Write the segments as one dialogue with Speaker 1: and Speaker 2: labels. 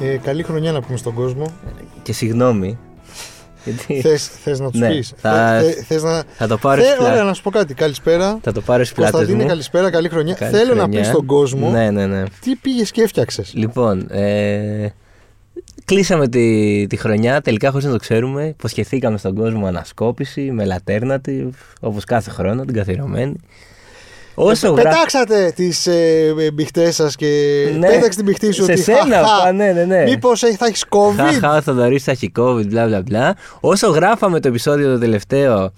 Speaker 1: Ε, καλή χρονιά να πούμε στον κόσμο.
Speaker 2: Και συγγνώμη. γιατί
Speaker 1: Θες, θες να τους
Speaker 2: Ε, Ναι,
Speaker 1: πεις. Ε,
Speaker 2: θα-
Speaker 1: Θε- θες να... Ε,
Speaker 2: θα το πάρω στις
Speaker 1: Ωραία,
Speaker 2: πλάτες.
Speaker 1: να σου πω κάτι. Καλησπέρα.
Speaker 2: Θα το πάρω στις πλάτες
Speaker 1: Κωνσταντίνε,
Speaker 2: μου.
Speaker 1: καλησπέρα, καλή χρονιά.
Speaker 2: Καλή
Speaker 1: Θέλω να
Speaker 2: χρονιά.
Speaker 1: πεις στον κόσμο
Speaker 2: Ναι, ναι, ναι.
Speaker 1: τι πήγες και έφτιαξες.
Speaker 2: Λοιπόν, ε, κλείσαμε τη, τη χρονιά, τελικά χωρίς να το ξέρουμε. Υποσχεθήκαμε στον κόσμο ανασκόπηση, με λατέρνατη, όπως κάθε χρόνο, την καθιερωμένη. Όσο γρα-
Speaker 1: Ε, Πετάξατε τις ε, ε, μπηχτές σας και
Speaker 2: Ναι.
Speaker 1: πέταξε την μπηχτή σου
Speaker 2: Σε
Speaker 1: ότι
Speaker 2: σένα,
Speaker 1: χαχα,
Speaker 2: πα, ναι, ναι, ναι.
Speaker 1: μήπως έχει- θα έχεις COVID.
Speaker 2: Χαχά, ο Θοδωρής θα έχει COVID, μπλα μπλα μπλα. Όσο γράφαμε το επεισόδιο το τελευταίο,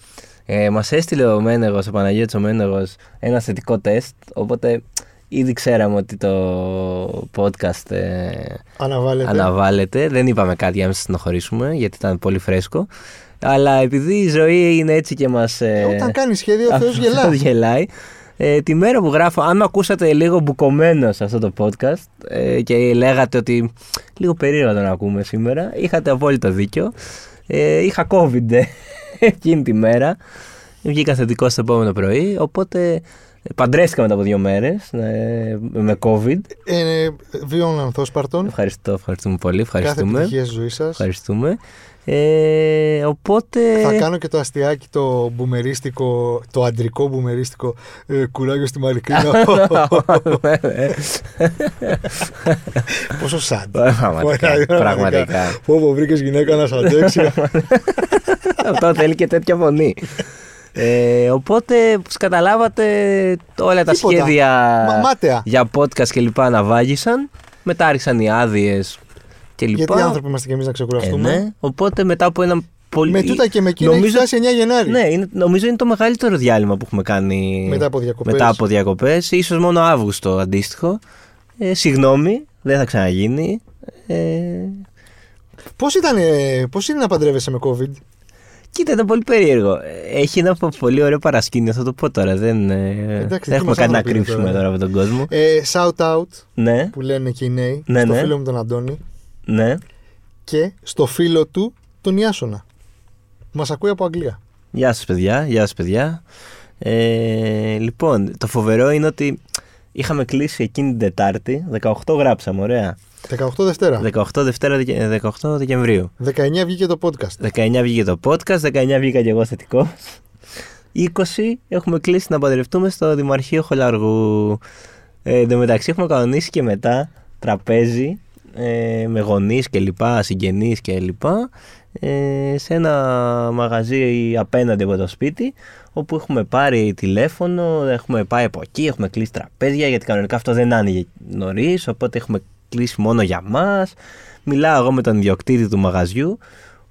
Speaker 2: ε, μας έστειλε ο Μένεγος, ο Παναγιώτης ο Μένεγος, ένα θετικό τεστ, οπότε ήδη ξέραμε ότι το podcast ε,
Speaker 1: Αναβάλλεται.
Speaker 2: αναβάλλεται. Δεν είπαμε κάτι για να μην σας στενοχωρήσουμε, γιατί ήταν πολύ φρέσκο. Αλλά επειδή η ζωή είναι έτσι και μας... ε,
Speaker 1: Ε, Όταν κάνεις σχέδιο, ο
Speaker 2: αυτό
Speaker 1: Θεός γελά.
Speaker 2: γελάει. Ε, τη μέρα που γράφω, αν με ακούσατε λίγο μπουκωμένο σε αυτό το podcast ε, και λέγατε ότι λίγο περίεργο τον ακούμε σήμερα, είχατε απόλυτο δίκιο. Ε, είχα COVID ε, εκείνη τη μέρα. Βγήκα θετικό στο επόμενο πρωί, οπότε ε, παντρέστηκα μετά από δύο μέρες ε, με COVID.
Speaker 1: Ε, ε, Βιών ανθόσπαρτων.
Speaker 2: Ευχαριστώ, ευχαριστούμε πολύ.
Speaker 1: Κάθε
Speaker 2: Ευχαριστούμε.
Speaker 1: επιτυχία στη ζωή σας.
Speaker 2: Ευχαριστούμε. Ε, οπότε.
Speaker 1: Θα κάνω και το αστιάκι το μπουμερίστικο, το αντρικό μπουμερίστικο ε, κουράγιο στη Μαρικρίνα. Πόσο σαντ.
Speaker 2: Ε, Πραγματικά. πραγματικά.
Speaker 1: Πω πω βρήκες γυναίκα να σ' αντέξει.
Speaker 2: Αυτό θέλει και τέτοια φωνή. Ε, οπότε, όπως καταλάβατε, όλα τα
Speaker 1: Τίποτα.
Speaker 2: σχέδια
Speaker 1: Μα- μάταια.
Speaker 2: για podcast και λοιπά αναβάγησαν. Μετά άρχισαν οι άδειες και λοιπά.
Speaker 1: Γιατί άνθρωποι είμαστε και εμείς να
Speaker 2: Ε,
Speaker 1: ξεκουραστούμε.
Speaker 2: ναι. Οπότε μετά από ένα πολύ...
Speaker 1: Με τούτα και με εκείνα έχει
Speaker 2: νομίζω,
Speaker 1: φτάσει 9 Γενάρη.
Speaker 2: ναι, είναι, νομίζω είναι το μεγαλύτερο διάλειμμα που έχουμε κάνει
Speaker 1: Μετά από διακοπές.
Speaker 2: μετά από διακοπές. Ίσως μόνο Αύγουστο αντίστοιχο. Ε, συγγνώμη, δεν θα ξαναγίνει. Ε,
Speaker 1: Πώς, ήταν, ε, πώς είναι να παντρεύεσαι με COVID.
Speaker 2: Κοίτα, ήταν πολύ περίεργο. Έχει ένα πο- πολύ ωραίο παρασκήνιο, θα το πω τώρα. Δεν, ε,
Speaker 1: Εντάξει,
Speaker 2: δεν
Speaker 1: τι
Speaker 2: έχουμε
Speaker 1: μας
Speaker 2: κάτι να
Speaker 1: άνθρωποι είναι
Speaker 2: κρύψουμε
Speaker 1: τώρα.
Speaker 2: τώρα από τον κόσμο.
Speaker 1: Ε, shout out
Speaker 2: ναι,
Speaker 1: που λένε και οι νέοι.
Speaker 2: Ναι,
Speaker 1: στο
Speaker 2: ναι.
Speaker 1: φίλο μου τον Αντώνη
Speaker 2: ναι.
Speaker 1: και στο φίλο του τον Ιάσονα. Που μας ακούει από Αγγλία.
Speaker 2: Γεια σας παιδιά, γεια σας παιδιά. Ε, λοιπόν, το φοβερό είναι ότι είχαμε κλείσει εκείνη την Τετάρτη, 18 γράψαμε, ωραία.
Speaker 1: 18 Δευτέρα.
Speaker 2: 18 Δευτέρα, Δεκε- ε, 18 Δεκεμβρίου.
Speaker 1: 19 βγήκε το podcast.
Speaker 2: 19 βγήκε το podcast, 19 βγήκα και εγώ θετικό. 20 έχουμε κλείσει να παντρευτούμε στο Δημαρχείο Χολαργού. Ε, εν τω μεταξύ έχουμε κανονίσει και μετά τραπέζι ε, με γονείς και λοιπά, συγγενείς και λοιπά ε, σε ένα μαγαζί απέναντι από το σπίτι όπου έχουμε πάρει τηλέφωνο, έχουμε πάει από εκεί, έχουμε κλείσει τραπέζια γιατί κανονικά αυτό δεν άνοιγε νωρίς, οπότε έχουμε κλείσει μόνο για μας. Μιλάω εγώ με τον ιδιοκτήτη του μαγαζιού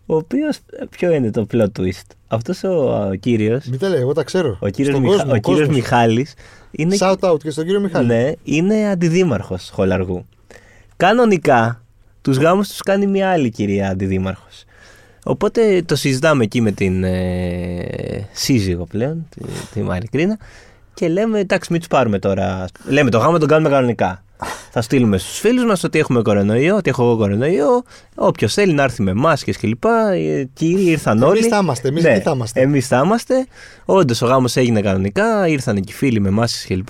Speaker 2: ο οποίος. Ποιο είναι το plot twist. Αυτός ο, ο κύριος.
Speaker 1: Μην τα λέει, εγώ τα ξέρω.
Speaker 2: Ο κύριος
Speaker 1: Στον
Speaker 2: Μιχα...
Speaker 1: κόσμο,
Speaker 2: ο κύριος
Speaker 1: κόσμος.
Speaker 2: Μιχάλης είναι,
Speaker 1: Shout out και στον κύριο Μιχάλη.
Speaker 2: ναι, είναι αντιδήμαρχος Χολαργού. Κανονικά τους γάμους τους κάνει μια άλλη κυρία αντιδήμαρχος. Οπότε το συζητάμε εκεί με την ε, σύζυγο πλέον, τη, τη Μάρη Κρίνα, και λέμε εντάξει μην τους πάρουμε τώρα. Λέμε το γάμο τον κάνουμε κανονικά. Θα στείλουμε στους φίλους μας ότι έχουμε κορονοϊό, ότι έχω εγώ κορονοϊό. Όποιος θέλει να έρθει με μάσκες κλπ. Ε, Κύριοι ήρθαν
Speaker 1: Εμείς
Speaker 2: όλοι. Ναι.
Speaker 1: θα είμαστε, εμείς εκεί θα είμαστε.
Speaker 2: Εμείς θα είμαστε. Όντως ο γάμος έγινε κανονικά, ήρθαν και οι φίλοι με μάσκες κλπ.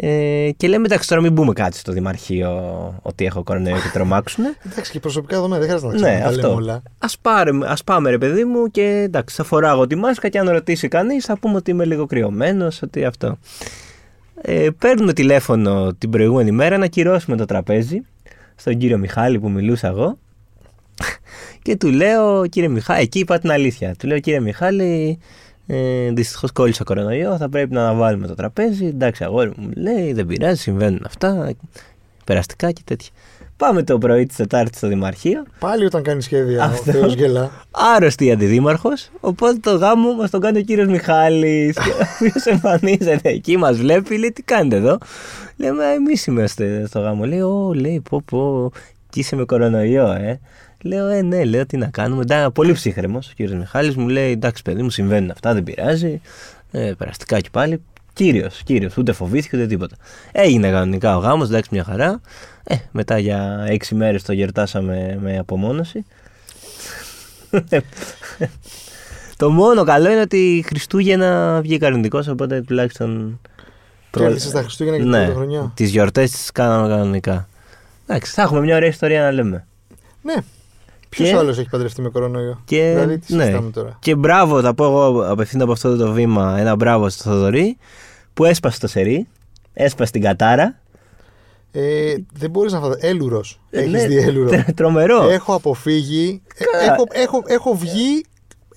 Speaker 2: Ε, και λέμε εντάξει τώρα μην μπούμε κάτι στο Δημαρχείο ότι έχω κορονοϊό και τρομάξουνε.
Speaker 1: Εντάξει, και προσωπικά δεδομένα δεν χρειάζεται να
Speaker 2: ναι,
Speaker 1: ξέρουμε τα λέμε
Speaker 2: αυτό.
Speaker 1: όλα.
Speaker 2: Ας, πάρε- ας πάμε ρε παιδί μου και εντάξει θα φοράω εγώ τη μάσκα και αν ρωτήσει κανείς θα πούμε ότι είμαι λίγο κρυωμένος, ότι αυτό. Ε, παίρνουμε τηλέφωνο την προηγούμενη μέρα να κυρώσουμε το τραπέζι στον κύριο Μιχάλη που μιλούσα εγώ και του λέω, κύριε Μιχάλη, εκεί είπα την αλήθεια. Του λέω, κύριε Μιχάλη, ε, δυστυχώς κόλλησε ο κορονοϊός, θα πρέπει να αναβάλουμε το τραπέζι. Εντάξει, αγόρι μου, μου λέει, δεν πειράζει, συμβαίνουν αυτά. Περαστικά και τέτοια. Πάμε το πρωί της Τετάρτης στο Δημαρχείο.
Speaker 1: Πάλι όταν κάνει σχέδια, ο
Speaker 2: Αυτό.
Speaker 1: Θεός γελά.
Speaker 2: Άρρωστη η αντιδήμαρχος. Οπότε το γάμο μας τον κάνει ο κύριος Μιχάλης. ο οποίος εμφανίζεται εκεί, μας βλέπει, λέει τι κάνετε εδώ. Λέμε εμείς είμαστε στο γάμο. Λέει, Ω, λέει, πω, πω, και είσαι με κορονοϊό, ε. Λέω, Ε, ναι, λέω, τι να κάνουμε. Εντά, πολύ ψύχρεμος ο κύριος Μιχάλης μου λέει, Εντάξει, παιδί μου, συμβαίνουν αυτά, δεν πειράζει. Ε, περαστικά και πάλι. Κύριος, κύριος, ούτε φοβήθηκε ούτε τίποτα. Έγινε κανονικά ο γάμος, εντάξει, μια χαρά. Ε, μετά για έξι μέρες το γιορτάσαμε με απομόνωση. Το μόνο καλό είναι ότι Χριστούγεννα βγήκε αρνητικός, οπότε τουλάχιστον. Ναι,
Speaker 1: Κέρδισε τα Χριστούγεννα και την πρώτη χρονιά.
Speaker 2: Τις γιορτές τις κάναμε κανονικά. Εντάξει, θα έχουμε μια ωραία ιστορία να λέμε.
Speaker 1: Ναι. Ποιος
Speaker 2: Και-
Speaker 1: άλλος έχει παντρευτεί με κορονοϊό.
Speaker 2: Και,
Speaker 1: δηλαδή, τι
Speaker 2: ναι.
Speaker 1: συζητάμε τώρα.
Speaker 2: Και μπράβο, θα πω εγώ απευθύνω από αυτό το βήμα ένα μπράβο στο Θοδωρή που έσπασε το σερί, έσπασε την κατάρα.
Speaker 1: Ε, δεν μπορείς να φανταστεί. Έλουρο.
Speaker 2: Ε,
Speaker 1: Έχεις
Speaker 2: ναι,
Speaker 1: δει έλουρο.
Speaker 2: τρο- Τρομερό.
Speaker 1: Έχω αποφύγει. ε,
Speaker 2: Κα-
Speaker 1: Έχω, έχω, έχω βγει.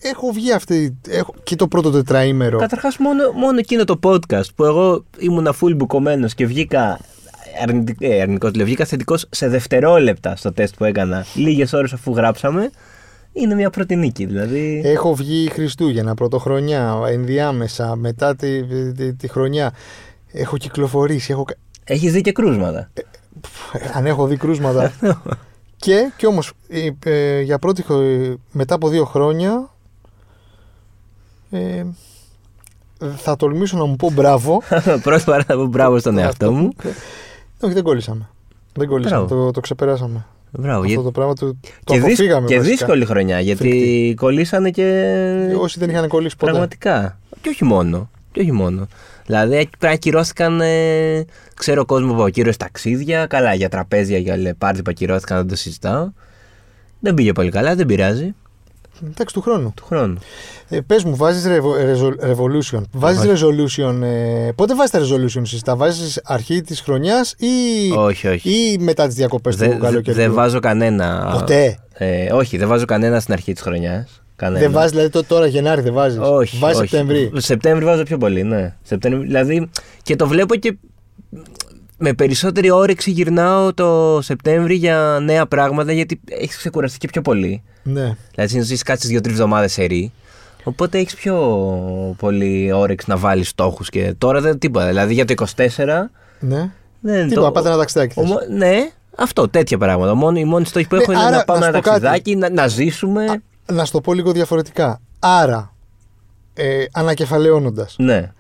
Speaker 1: Έχω βγει αυτή. Έχω, και το πρώτο τετραήμερο.
Speaker 2: Καταρχάς, μόνο, μόνο εκείνο το podcast που εγώ ήμουνα full μπουκωμένος και βγήκα αρνητικό, ε, αρνητικός, λέω, βγήκα θετικός σε δευτερόλεπτα στο τεστ που έκανα λίγες ώρες αφού γράψαμε. Είναι μια πρώτη νίκη, δηλαδή.
Speaker 1: Έχω βγει Χριστούγεννα, Πρωτοχρονιά, ενδιάμεσα, μετά τη, τη, τη χρονιά. Έχω κυκλοφορήσει. Έχω... κα-
Speaker 2: Έχεις δει και κρούσματα.
Speaker 1: Αν έχω δει κρούσματα. και, και όμως ε, ε, για πρώτη χο- μετά από δύο χρόνια ε, θα τολμήσω να μου πω μπράβο. Ε,
Speaker 2: Πρώτη φορά θα πω μπράβο στον εαυτό Ναι, μου.
Speaker 1: Όχι, δεν κόλλησαμε. Δεν κόλλησαμε,
Speaker 2: Μπράβο.
Speaker 1: το, το ξεπεράσαμε.
Speaker 2: Μπράβο.
Speaker 1: Αυτό
Speaker 2: γιατί-
Speaker 1: το πράγμα το, το
Speaker 2: και δύσ-
Speaker 1: αποφύγαμε
Speaker 2: και
Speaker 1: βασικά.
Speaker 2: δύσκολη χρονιά γιατί
Speaker 1: Φρικτή. Ε,
Speaker 2: κολλήσανε και.
Speaker 1: Όσοι δεν είχαν κολλήσει ποτέ.
Speaker 2: Πραγματικά. Και όχι μόνο. Και όχι μόνο. Δηλαδή εκεί πέρα ακυρώθηκαν, ε, ξέρω κόσμο που ακύρωσε ταξίδια, καλά για τραπέζια, για λε, πάρτι που ακυρώθηκαν, δεν το συζητάω. Δεν πήγε πολύ καλά, δεν πειράζει.
Speaker 1: Εντάξει, του χρόνου.
Speaker 2: Του χρόνου.
Speaker 1: Ε, Πες μου, βάζεις resolution. Βάζει resolution. Ε, πότε βάζεις τα resolution εσύ, τα βάζεις αρχή της χρονιάς ή,
Speaker 2: όχι, όχι.
Speaker 1: ή μετά τις διακοπές
Speaker 2: Δεν
Speaker 1: του καλοκαιριού.
Speaker 2: δεν βάζω κανένα.
Speaker 1: Ποτέ.
Speaker 2: Ε, όχι, δεν βάζω κανένα στην αρχή της χρονιάς.
Speaker 1: Δεν βάζεις, δηλαδή το, τώρα Γενάρη δεν βάζεις.
Speaker 2: ναι, Όχι.
Speaker 1: Βάζεις
Speaker 2: όχι.
Speaker 1: Σεπτέμβρη.
Speaker 2: Σεπτέμβρη βάζω πιο πολύ, ναι. Σεπτέμβρη, δηλαδή και το βλέπω και με περισσότερη όρεξη γυρνάω το Σεπτέμβρη για νέα πράγματα γιατί έχεις ξεκουραστεί και πιο πολύ.
Speaker 1: Ναι.
Speaker 2: Δηλαδή συνήθως έχεις κάτσεις δύο-τρει εβδομάδες σε ρί. Οπότε έχεις πιο πολύ όρεξη να βάλεις στόχους και τώρα δεν τίποτα. Δηλαδή για το 24
Speaker 1: ναι.
Speaker 2: δεν
Speaker 1: Τι είπα, πάτε ένα ταξιδάκι.
Speaker 2: ο
Speaker 1: θες.
Speaker 2: μο- Ναι, αυτό, τέτοια πράγματα. Μόνο, η μόνη στόχη που
Speaker 1: Ναι,
Speaker 2: έχω είναι
Speaker 1: άρα,
Speaker 2: να πάμε
Speaker 1: να
Speaker 2: ένα
Speaker 1: σου πω κάτι.
Speaker 2: ταξιδάκι, να, να ζήσουμε.
Speaker 1: Να σου το πω λίγο διαφορετικά. Άρα, ε, ανακεφαλαιώνοντας,
Speaker 2: Ναι.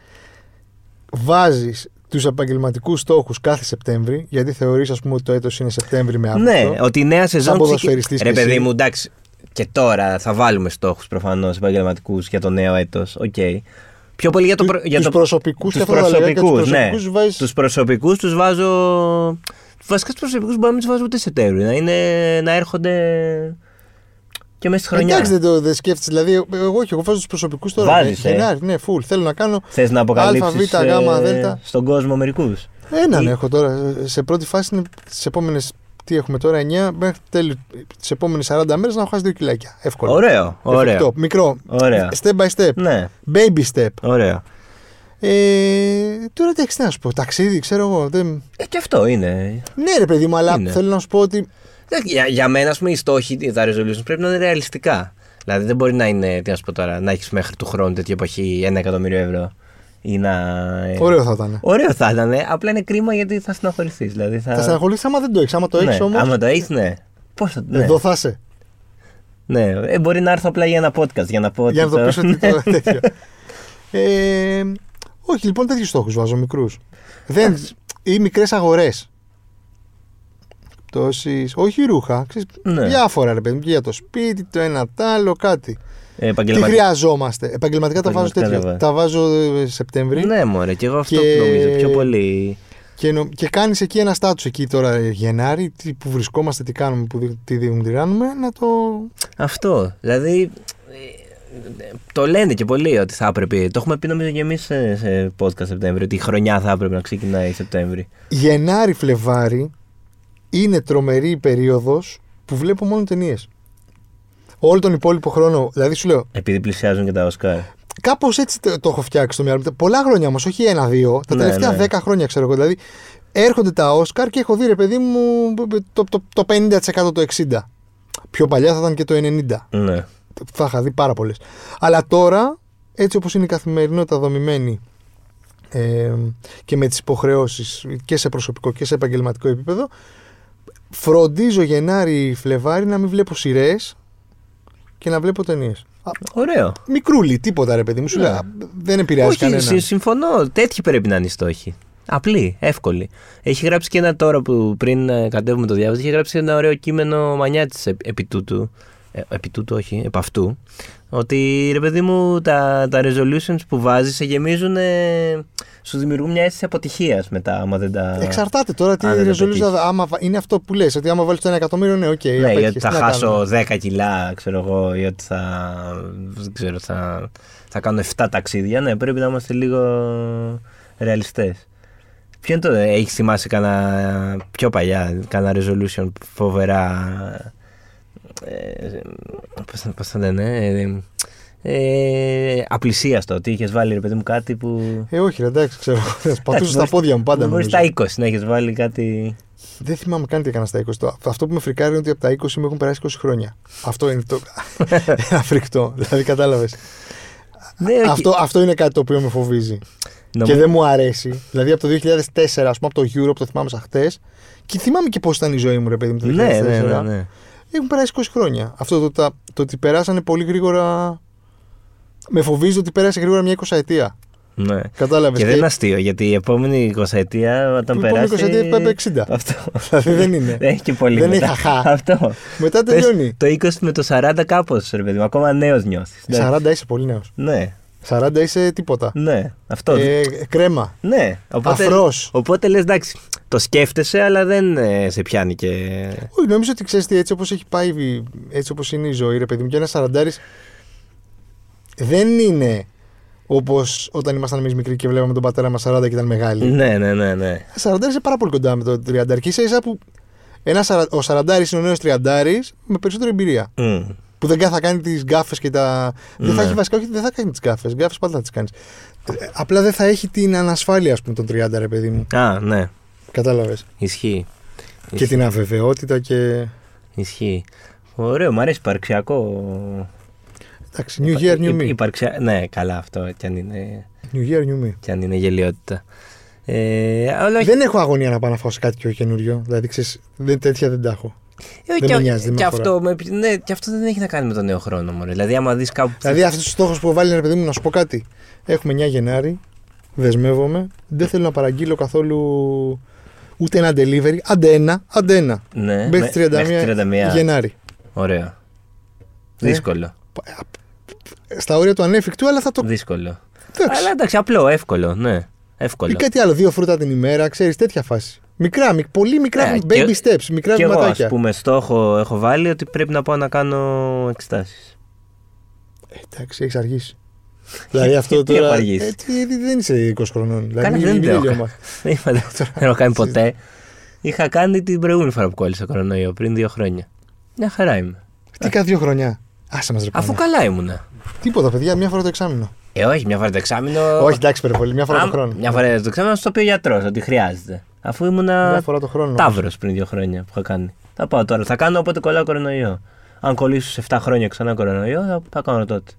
Speaker 1: βάζεις τους επαγγελματικούς στόχους κάθε Σεπτέμβρη, γιατί θεωρείς, ας πούμε, ότι το έτος είναι Σεπτέμβρη με Αύγουστο.
Speaker 2: Ναι, ότι η νέα σεζόν. ξεκι-
Speaker 1: ποδοσφαιριστής
Speaker 2: Ρε,
Speaker 1: κι εσύ.
Speaker 2: παιδί μου, εντάξει. Και τώρα θα βάλουμε στόχους προφανώς επαγγελματικούς για το νέο έτος. Οκ. Πιο πολύ για το.
Speaker 1: Του-
Speaker 2: προ- για
Speaker 1: τους
Speaker 2: το...
Speaker 1: προσωπικούς
Speaker 2: τους
Speaker 1: και αυτά τα λέγα, και τους
Speaker 2: προσωπικούς, ναι.
Speaker 1: προσωπικούς βάζεις-
Speaker 2: Τους προσωπικούς τους βάζω. Βασικά τους προσωπικούς μπορεί να μην τους βάζω ούτε Σεπτέμβρη. Να, είναι... να έρχονται και μέσα στη χρονιά.
Speaker 1: Εντάξει, δεν το δεν σκέφτεσαι. Δηλαδή, εγώ όχι, εγώ βάζω τους προσωπικούς τώρα.
Speaker 2: Βάζεις,
Speaker 1: ναι,
Speaker 2: ε.
Speaker 1: Γενάρη, ναι, full. Θέλω να κάνω.
Speaker 2: Θες να αποκαλύψει
Speaker 1: Α, Β, Γ, ε, Δέλτα.
Speaker 2: στον κόσμο μερικούς.
Speaker 1: Έναν
Speaker 2: Ή-
Speaker 1: έχω τώρα. Σε πρώτη φάση είναι τις επόμενες. Τι έχουμε τώρα, 9 μέχρι τέλειο. Τις επόμενες 40 μέρες να έχω χάσει 2 κιλάκια. Εύκολα.
Speaker 2: Ωραίο, ωραίο.
Speaker 1: Εφικτό, Μικρό.
Speaker 2: Ωραία.
Speaker 1: Step by step.
Speaker 2: Ναι,
Speaker 1: Baby step.
Speaker 2: ωραίο.
Speaker 1: Ε, τώρα εντάξει, τι να σου πω. Ταξίδι, ξέρω εγώ. Δεν...
Speaker 2: Ε, και αυτό είναι.
Speaker 1: Ναι, ρε παιδί μου, αλλά
Speaker 2: Είναι.
Speaker 1: θέλω να σου πω ότι.
Speaker 2: Εντάξει, Για, για μένα, ας πούμε, οι στόχοι, τα resolutions πρέπει να είναι ρεαλιστικά. Δηλαδή, δεν μπορεί να είναι, τι να σου πω τώρα, να έχεις μέχρι του χρόνου τέτοια εποχή ένα εκατομμύριο ευρώ. Ή να... ε,
Speaker 1: Ωραίο θα ήταν.
Speaker 2: Ωραίο θα ήταν, ε, απλά είναι κρίμα γιατί θα στεναχωρηθείς. Δηλαδή θα...
Speaker 1: Θα στεναχωρήσει άμα δεν το έχεις. Άμα το
Speaker 2: ναι.
Speaker 1: έχεις όμως.
Speaker 2: Άμα το έχεις, ναι. Πώς θα. Ναι.
Speaker 1: Εδώ θα είσαι.
Speaker 2: ναι. Ε, μπορεί να έρθω απλά για ένα podcast για να πω.
Speaker 1: Για να το πεις ότι
Speaker 2: Ναι.
Speaker 1: το τέτοιο. Ε, όχι, λοιπόν, τέτοιους στόχους βάζω μικρούς. Δεν... ή μικρές αγορές. όχι ρούχα. Ξέρεις,
Speaker 2: Ναι.
Speaker 1: Διάφορα ρε παιδί μου. Και για το σπίτι, το ένα, τ' άλλο, κάτι.
Speaker 2: Ε,
Speaker 1: Τι
Speaker 2: επαγγελματι-
Speaker 1: χρειαζόμαστε. Επαγγελματικά τα βάζω
Speaker 2: Επαγγελματικά τα
Speaker 1: τέτοια.
Speaker 2: βάζεις.
Speaker 1: Τα βάζω ε, Σεπτέμβρη
Speaker 2: Ναι, μωρέ, και εγώ αυτό
Speaker 1: Και-
Speaker 2: νομίζω. Πιο πολύ.
Speaker 1: και, νο... και κάνεις εκεί ένα στάτου εκεί τώρα ε, Γενάρη. Τι, που βρισκόμαστε, τι κάνουμε, που, δι- τι δίνουμε, τι ράνουμε. Να το.
Speaker 2: Αυτό. Δηλαδή. ε, Το λένε και πολλοί ότι θα έπρεπε. Το έχουμε πει νομίζω και εμείς σε, σε podcast Σεπτέμβρη. Ότι η χρονιά θα έπρεπε να ξεκινάει Σεπτέμβρη.
Speaker 1: Γενάρη, Φλεβάρη είναι τρομερή η περίοδος που βλέπω μόνο ταινίες. Όλο τον υπόλοιπο χρόνο, δηλαδή σου λέω,
Speaker 2: Επειδή πλησιάζουν και τα Οσκάρ.
Speaker 1: κάπως έτσι το, το έχω φτιάξει στο μυαλό μου. Πολλά χρόνια όμως, όχι ένα-δύο, τα
Speaker 2: Ναι,
Speaker 1: τελευταία
Speaker 2: ναι.
Speaker 1: δέκα χρόνια ξέρω εγώ. Δηλαδή, έρχονται τα Όσκαρ και έχω δει ρε παιδί μου το, το, το 50% το 60%. Πιο παλιά θα ήταν και το 90%.
Speaker 2: Ναι.
Speaker 1: Θα είχα δει πάρα πολλές. Αλλά τώρα, έτσι όπως είναι η καθημερινότητα δομημένη ε, και με τις υποχρεώσεις και σε προσωπικό και σε επαγγελματικό επίπεδο, φροντίζω Γενάρη-Φλεβάρη να μην βλέπω σειρές και να βλέπω ταινίες.
Speaker 2: Ωραίο.
Speaker 1: Μικρούλι, τίποτα ρε παιδί μου. Σου
Speaker 2: Ναι.
Speaker 1: λέω, α, δεν επηρεάζει
Speaker 2: Όχι,
Speaker 1: κανένα.
Speaker 2: συ- συμφωνώ. Τέτοιοι πρέπει να είναι οι στόχοι. Απλή, εύκολη. Έχει γράψει και ένα τώρα που πριν ε, κατέβουμε το διάβαζα, είχε γράψει ένα ωραίο κείμενο μανιά της επί τούτου. ε, επί τούτου όχι, επ' αυτού, ότι ρε παιδί μου τα, τα resolutions που βάζεις σε γεμίζουν, ε, σου δημιουργούν μια αίσθηση αποτυχίας μετά άμα δεν τα...
Speaker 1: Εξαρτάται τώρα τι
Speaker 2: αν δεν τα
Speaker 1: resolution.
Speaker 2: πετύχεις.
Speaker 1: Άμα, βα- είναι αυτό που λες, ότι άμα βάλεις το ένα εκατομμύριο, ναι, οκ.
Speaker 2: Ναι,
Speaker 1: απέτυχες,
Speaker 2: γιατί θα
Speaker 1: τι να κάνουμε.
Speaker 2: χάσω 10 κιλά, ξέρω εγώ, ή ότι θα, δεν ξέρω, θα, θα κάνω 7 ταξίδια. Ναι, πρέπει να είμαστε λίγο ρεαλιστές. Ποιο είναι το. Έχεις θυμάσει κανένα πιο παλιά, κανένα resolution φοβερά. Ε, πώς, θα- πώς θα λένε, ε, ε, απλησίαστο. Ότι είχες βάλει ρε παιδί μου κάτι που.
Speaker 1: Ε, όχι, ρε, εντάξει, ξέρω. Πατούσα στα πόδια μου πάντα.
Speaker 2: Μπορείς
Speaker 1: νομίζω.
Speaker 2: στα 20 να έχεις βάλει κάτι.
Speaker 1: Δεν θυμάμαι καν τι έκανα στα 20. Το- Αυτό που με φρικάρει είναι ότι από τα 20 μου έχουν περάσει 20 χρόνια. Αυτό είναι το. ένα φρικτό. Δηλαδή, κατάλαβες.
Speaker 2: Ε, Ναι, όχι.
Speaker 1: αυτό, αυτό είναι κάτι το οποίο με φοβίζει.
Speaker 2: Νομίζω-
Speaker 1: και δεν μου αρέσει. Δηλαδή, από το 2004, ας πούμε, από το Euro που το θυμάμαι σαν χτες. Και θυμάμαι και πώς ήταν η ζωή μου, ρε παιδί μου, το 2004.
Speaker 2: ναι, ναι, ναι, ναι.
Speaker 1: Έχουν περάσει 20 χρόνια. Αυτό το, τα- το ότι περάσανε πολύ γρήγορα. Με φοβίζει ότι πέρασε γρήγορα μια 20 ετία.
Speaker 2: ναι.
Speaker 1: Κατάλαβες.
Speaker 2: Και δεν είναι αστείο, γιατί η επόμενη 20 ετία όταν
Speaker 1: Η επόμενη
Speaker 2: περάσει.
Speaker 1: 20 ετία πάει 60.
Speaker 2: Αυτό.
Speaker 1: Δηλαδή, δεν είναι.
Speaker 2: Δεν έχει και πολύ.
Speaker 1: Δεν
Speaker 2: μετά.
Speaker 1: έχει χαχά.
Speaker 2: Αυτό.
Speaker 1: Μετά
Speaker 2: Πες
Speaker 1: τελειώνει.
Speaker 2: Το 20 με το 40 κάπως, ρε παιδί μου. Ακόμα νέος νιώθεις.
Speaker 1: 40 είσαι πολύ νέος.
Speaker 2: Ναι,
Speaker 1: 40 είσαι τίποτα.
Speaker 2: ναι. Αυτό.
Speaker 1: Ε, κρέμα.
Speaker 2: Ναι. Οπότε,
Speaker 1: αφρός.
Speaker 2: Οπότε λες, εντάξει, το σκέφτεσαι, αλλά δεν ε, σε πιάνει και.
Speaker 1: Όχι, νομίζω ότι ξέρεις τι, έτσι όπως έχει πάει, η- έτσι όπως είναι η ζωή, ρε παιδί μου, και ένας σαραντάρι δεν είναι όπως όταν ήμασταν εμείς μικροί και βλέπαμε τον πατέρα μας 40 και ήταν μεγάλη. Ένα
Speaker 2: Ναι, ναι, ναι, ναι.
Speaker 1: σαραντάρι είναι πάρα πολύ κοντά με το τριαντάρι. Και ίσα ίσα που ένας, σαρα- ο σαραντάρι είναι ο νέος τριαντάρι με περισσότερη εμπειρία.
Speaker 2: Μμ.
Speaker 1: Που δεν θα κάνει τις γκάφες και τα. Δεν θα
Speaker 2: Ναι.
Speaker 1: έχει βασικά, όχι, δεν θα κάνει τις γκάφες. Γκάφες πάντα θα τις κάνεις. Απλά δεν θα έχει την ανασφάλεια, ας πούμε, των 30, ρε παιδί μου.
Speaker 2: Α, ναι.
Speaker 1: Κατάλαβες.
Speaker 2: Ισχύει.
Speaker 1: Και την αβεβαιότητα και.
Speaker 2: Ισχύει. Ωραίο, μου αρέσει υπαρξιακό.
Speaker 1: Εντάξει, new year, new
Speaker 2: Υπα-
Speaker 1: me.
Speaker 2: υπαρξια- Ναι, καλά αυτό κι αν είναι.
Speaker 1: New year, new me.
Speaker 2: κι αν είναι γελιότητα. Ε, αλλά όχι,
Speaker 1: Δεν έχω αγωνία να πάω να φάω σε κάτι πιο καινούριο. Δηλαδή, ξέρεις, δεν, τέτοια δεν τα έχω.
Speaker 2: ε,
Speaker 1: δεν
Speaker 2: και,
Speaker 1: με νοιάζει, δεν με
Speaker 2: και
Speaker 1: αφορά.
Speaker 2: αυτό, με, ναι, και αυτό δεν έχει να κάνει με τον νέο χρόνο, μωρέ. Δηλαδή, άμα δεις κάπου...
Speaker 1: Δηλαδή, αυτός ο στόχος που βάλει ένα παιδί μου να σου πω κάτι. Έχουμε 9 Γενάρη, δεσμεύομαι, δεν θέλω να παραγγείλω καθόλου ούτε ένα delivery. Άντε ένα, άντε ένα.
Speaker 2: ναι,
Speaker 1: Μέχρι
Speaker 2: με-
Speaker 1: 31, Γενάρη.
Speaker 2: Ωραίο.
Speaker 1: Ε.
Speaker 2: Δύσκολο.
Speaker 1: Στα όρια του ανέφικτου, αλλά θα το.
Speaker 2: Δύσκολο.
Speaker 1: Εντάξει.
Speaker 2: Ναι.
Speaker 1: Ε,
Speaker 2: Αλλά εντάξει, απλό, εύκολο, ναι. Εύκολο.
Speaker 1: Ή κάτι άλλο, δύο φρούτα την ημέρα, ξέρεις τέτοια φάση. Μικρά, μικ- πολύ μικρά,
Speaker 2: Ε,
Speaker 1: baby
Speaker 2: και-
Speaker 1: steps, μικρά
Speaker 2: και εγώ, ας
Speaker 1: βηματάκια.
Speaker 2: πούμε, στόχο έχω βάλει ότι πρέπει να πάω να κάνω εξετάσεις.
Speaker 1: Ε, Εντάξει, έχεις αργήσει. δηλαδή αυτό
Speaker 2: Τι έχω
Speaker 1: τώρα.
Speaker 2: αργήσει?
Speaker 1: ε, τι- τι- δεν είσαι 20 χρονών. Δηλαδή,
Speaker 2: Καλά,
Speaker 1: μην-
Speaker 2: δεν
Speaker 1: μην
Speaker 2: το έχω.
Speaker 1: γελιόμαστε.
Speaker 2: Δεν είπα, δεν δεν έχω κάνει ποτέ. Είχα κάνει την προηγούμενη φορά που κόλλησα κορονοϊό, πριν δύο χρόνια. Μια χαρά είμαι.
Speaker 1: Τι κάθε δύο χρονιά. Άσε μας ρε
Speaker 2: Αφού
Speaker 1: Αφού...
Speaker 2: καλά ήμουνα.
Speaker 1: Τίποτα, παιδιά, μια φορά το εξάμεινο.
Speaker 2: Ε, όχι, μια φορά το εξάμεινο.
Speaker 1: Όχι, εντάξει, πολύ, μια φορά
Speaker 2: Ε, Α,
Speaker 1: το χρόνο.
Speaker 2: Μια φορά το ξέρω, να σου το πει ο γιατρό ότι χρειάζεται. Αφού
Speaker 1: Μια
Speaker 2: ήμουνα
Speaker 1: φορά το χρόνο.
Speaker 2: τάβρο πριν δύο χρόνια που είχα κάνει. Θα πάω τώρα. Θα κάνω όποτε κολλάω κορονοϊό. Αν κολλήσω σε 7 χρόνια ξανά κορονοϊό, θα, θα κάνω τότε.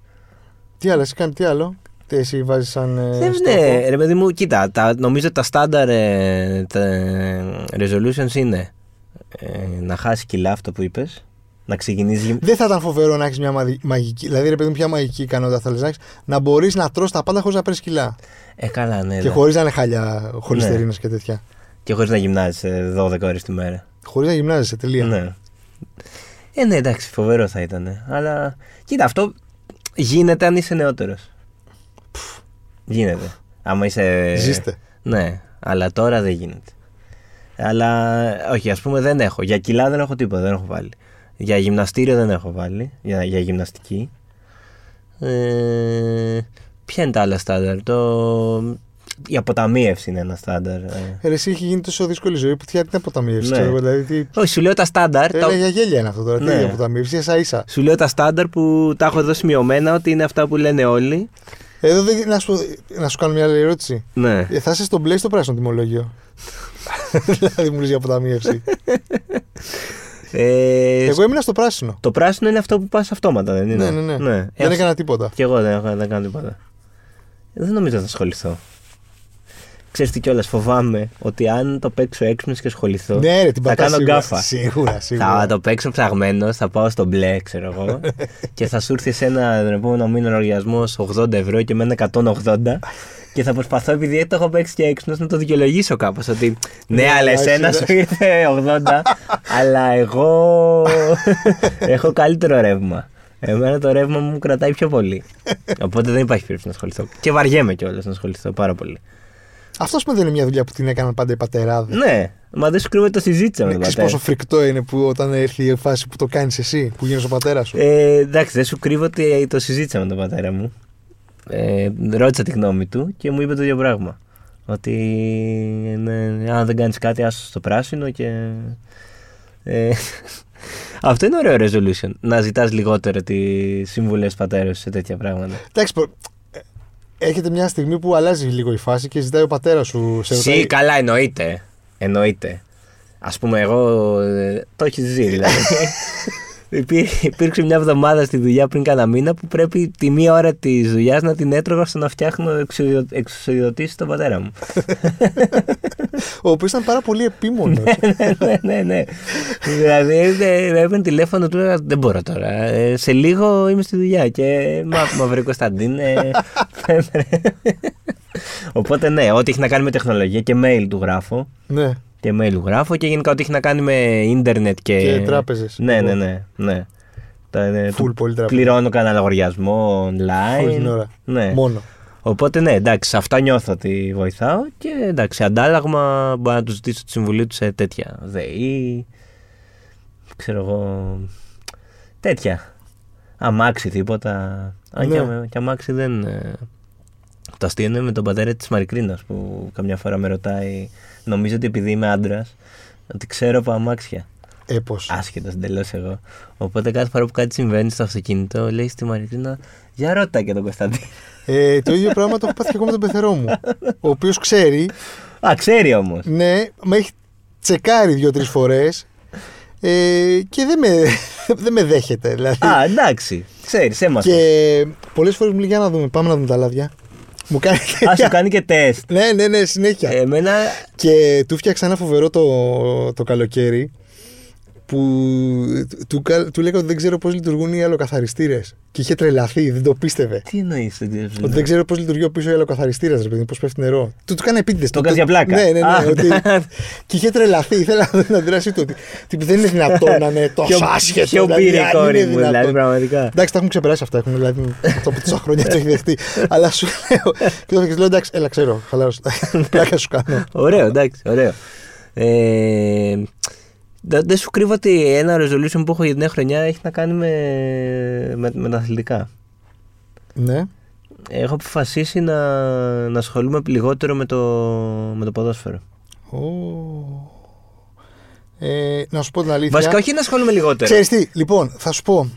Speaker 1: Τι άλλο, εσύ κάνει τι άλλο. Τι εσύ βάζεις σαν. ε,
Speaker 2: Δεν
Speaker 1: στόχο.
Speaker 2: ναι, ρε παιδί μου, κοίτα, τα, νομίζω τα στάνταρ ε, τα, ε, resolutions είναι ε, να χάσεις κιλά αυτό που είπες, να ξεκινήσεις.
Speaker 1: Δεν θα ήταν φοβερό να έχεις μια μαδι- μαγική. Δηλαδή, ρε παιδί μου, ποια μαγική ικανότητα θέλεις να έχεις να μπορείς να τρως τα πάντα χωρίς να παίρνεις κιλά.
Speaker 2: Ε, καλά, ναι.
Speaker 1: Και
Speaker 2: Και,
Speaker 1: χωρίς να είναι χαλιά χολυστερίνε και τέτοια.
Speaker 2: και χωρίς να γυμνάζεσαι 12 ώρες τη μέρα.
Speaker 1: Χωρίς να γυμνάζεσαι, τελεία.
Speaker 2: Ναι. Ε, ναι, εντάξει, φοβερό θα ήταν. Αλλά κοίτα, αυτό γίνεται αν είσαι νεότερος. Γίνεται. Άμα είσαι.
Speaker 1: Ζήστε.
Speaker 2: Ναι, αλλά τώρα δεν γίνεται. Αλλά όχι, ας πούμε δεν έχω. Για κιλά δεν έχω τίποτα, δεν έχω βάλει. Για γυμναστήριο δεν έχω βάλει. Για, για γυμναστική. Ε, ποια είναι τα άλλα στάνταρ. Το... Η αποταμίευση είναι ένα στάνταρ. ε.
Speaker 1: Ε, Ρε, εσύ έχει γίνει τόσο δύσκολη η ζωή που τι την αποταμίευση.
Speaker 2: Ναι.
Speaker 1: Ξέρω εγώ, δηλαδή. Τι...
Speaker 2: Όχι, σου λέω τα στάνταρr.
Speaker 1: Ε,
Speaker 2: τα-
Speaker 1: ρε, για γέλια είναι αυτό τώρα. Τι
Speaker 2: Ναι.
Speaker 1: είναι η αποταμίευση, ίσα ίσα.
Speaker 2: Σου λέω τα στάνταρ που τα έχω εδώ σημειωμένα ότι είναι αυτά που λένε όλοι.
Speaker 1: Εδώ δεν... να, σου... να σου κάνω μια άλλη ερώτηση.
Speaker 2: Ναι.
Speaker 1: Ε, θα είσαι στο μπλε ή στο πράσινο τιμολόγιο. δηλαδή μου λες για αποταμίευση.
Speaker 2: Ε,
Speaker 1: Εγώ έμεινα στο πράσινο.
Speaker 2: Το πράσινο είναι αυτό που πας αυτόματα, δεν είναι.
Speaker 1: Ναι, ναι, ναι.
Speaker 2: ναι. Ε,
Speaker 1: Δεν έκανα τίποτα.
Speaker 2: Και εγώ δεν, έχω- δεν κάνω τίποτα. Ε, Δεν νομίζω να ασχοληθώ. Ξέρεις τι κιόλας φοβάμαι ότι αν το παίξω έξυπνος και ασχοληθώ
Speaker 1: Ναι, ρε, την
Speaker 2: θα
Speaker 1: πατάς
Speaker 2: κάνω
Speaker 1: σίγουρα.
Speaker 2: γκάφα.
Speaker 1: Σίγουρα, σίγουρα.
Speaker 2: Θα το παίξω ψαγμένος, θα πάω στο μπλε, ξέρω εγώ. και θα σου έρθει σε ένα τον επόμενο μήνα λογαριασμό 80 ευρώ και με ένα 180. και θα προσπαθώ, επειδή το έχω παίξει και έξυπνο, να το δικαιολογήσω κάπως. Ότι ναι,
Speaker 1: Ναι,
Speaker 2: αλλά
Speaker 1: εντάξει,
Speaker 2: εσένα σου
Speaker 1: εντάξει.
Speaker 2: ήρθε 80, αλλά εγώ έχω καλύτερο ρεύμα. Εμένα το ρεύμα μου κρατάει πιο πολύ. Οπότε δεν υπάρχει περίπτωση να ασχοληθώ. Και βαριέμαι κιόλας να ασχοληθώ πάρα πολύ.
Speaker 1: Αυτός ας πούμε, δεν είναι μια δουλειά που την έκαναν πάντα οι πατεράδες.
Speaker 2: Ναι, μα δεν σου κρύβω ότι το συζήτησα με τον
Speaker 1: Ναι, Ξέρεις
Speaker 2: πατέρα.
Speaker 1: πόσο φρικτό είναι που όταν έρθει η φάση που το κάνεις εσύ, που γίνεις ο πατέρας σου.
Speaker 2: Ε, εντάξει, δεν σου κρύβω ότι το συζήτησα με τον πατέρα μου. Ε, ρώτησα τη γνώμη του και μου είπε το ίδιο πράγμα. Ότι ναι, αν δεν κάνεις κάτι, άσου στο πράσινο και. Ε, αυτό είναι ωραίο resolution. Να ζητάς λιγότερο τις συμβουλές πατέρας σου σε τέτοια πράγματα.
Speaker 1: Εντάξει, προ- ε, έρχεται μια στιγμή που αλλάζει λίγο η φάση και ζητάει ο πατέρας σου. Σε ρωτάει,
Speaker 2: Συ, καλά, εννοείται. Εννοείται. Ας πούμε, εγώ. ε, Το έχεις ζει, δηλαδή. Υπή- Υπήρξε μια εβδομάδα στη δουλειά πριν κάνα μήνα που πρέπει τη μία ώρα της δουλειάς να την έτρωγα στο να φτιάχνω εξουσιο- εξουσιοδοτήσει τον πατέρα μου.
Speaker 1: Ο οποίος ήταν πάρα πολύ επίμονος.
Speaker 2: ναι, ναι, ναι. δηλαδή ε, έπαιρνε τηλέφωνο του έλεγα Δεν μπορώ τώρα. Ε, σε λίγο είμαι στη δουλειά και μα, μαύρη Κωνσταντίνε. Οπότε ναι, ό,τι έχει να κάνει με τεχνολογία και mail του γράφω.
Speaker 1: ναι.
Speaker 2: και mail γράφω και γενικά ό,τι έχει να κάνει με ίντερνετ και.
Speaker 1: Και τράπεζες.
Speaker 2: Ναι, ναι, ναι. ναι. Τα, ε,
Speaker 1: Full
Speaker 2: του
Speaker 1: πολύ τραπέζι.
Speaker 2: Πληρώνω κανένα λογαριασμό online.
Speaker 1: Όλη την ώρα.
Speaker 2: Ναι.
Speaker 1: Μόνο.
Speaker 2: Οπότε ναι, εντάξει, σε αυτά νιώθω ότι βοηθάω και εντάξει, αντάλλαγμα μπορώ να του ζητήσω τη συμβουλή τους σε τέτοια. ΔΕΗ, ξέρω εγώ. Τέτοια. Αμάξι τίποτα. Αν
Speaker 1: Ναι.
Speaker 2: και, αμα- και αμάξι δεν. ε, Το αστείο είναι με τον πατέρα της Μαρικρίνας που καμιά φορά με ρωτάει, νομίζω ότι επειδή είμαι άντρας, ότι ξέρω από αμάξια.
Speaker 1: Έπω.
Speaker 2: Άσχετο εντελώ εγώ. Οπότε κάθε φορά που κάτι συμβαίνει στο αυτοκίνητο, λέει στη Μαρικρίνα, για ρώτα και τον Κωνσταντίνο.
Speaker 1: Ε, το ίδιο πράγμα το έχω πάθει και εγώ με τον πεθερό μου. Ο οποίος ξέρει,
Speaker 2: Α, ξέρει όμως.
Speaker 1: ναι, με έχει τσεκάρει δύο-τρει φορές ε, και δεν με, δεν με δέχεται. Δηλαδή.
Speaker 2: Α, εντάξει. Ξέρεις, έμαθα.
Speaker 1: και πολλές φορές μου λέει: Για να δούμε, πάμε να δούμε τα λάδια. Μου κάνει.
Speaker 2: Α σου κάνει και τεστ.
Speaker 1: ναι, ναι, ναι, συνέχεια.
Speaker 2: Εμένα.
Speaker 1: Και του φτιάξα ένα φοβερό το, το καλοκαίρι που του, κα- του λέγα ότι δεν ξέρω πώς λειτουργούν οι αλοκαθαριστήρες και είχε τρελαθεί, δεν το πίστευε.
Speaker 2: Τι εννοείς, δεν ξέρω.
Speaker 1: Ότι δεν ξέρω πώς λειτουργεί ο πίσω ο αλοκαθαριστήρας, ρε παιδί, πώς πέφτει νερό. Του του κάνει επίτηδες.
Speaker 2: Το έκανε για πλάκα.
Speaker 1: Ναι, ναι, ναι.
Speaker 2: Α,
Speaker 1: ότι- και είχε τρελαθεί, ήθελα να δω την αντίδρασή του. Ότι, ότι δεν είναι δυνατόν να είναι τόσο
Speaker 2: Πιο-
Speaker 1: άσχετο.
Speaker 2: Πιο
Speaker 1: δηλαδή,
Speaker 2: πήρε η
Speaker 1: αν
Speaker 2: κόρη
Speaker 1: είναι
Speaker 2: μου,
Speaker 1: δυνατόν.
Speaker 2: δηλαδή, πραγματικά. Ναι.
Speaker 1: Εντάξει, τα έχουν ξεπεράσει αυτά. Έχουν, δηλαδή, το από τόσα χρόνια το έχει δεχτεί. Αλλά σου λέω. Και το λέω, εντάξει, έλα, ξέρω. Χαλάρωσε.
Speaker 2: Ναι.
Speaker 1: Πλάκα σου κάνω.
Speaker 2: Ωραίο, εντάξει, ωραίο. Ε, δε- δεν σου κρύβω ότι ένα resolution που έχω για την νέα χρονιά έχει να κάνει με, με, με τα αθλητικά.
Speaker 1: Ναι.
Speaker 2: Έχω αποφασίσει να, να ασχολούμαι λιγότερο με το, με το ποδόσφαιρο.
Speaker 1: Ω. Ε, να σου πω την αλήθεια.
Speaker 2: Βασικά, όχι να ασχολούμαι λιγότερο.
Speaker 1: Ξέρεις τι, λοιπόν, θα σου πω.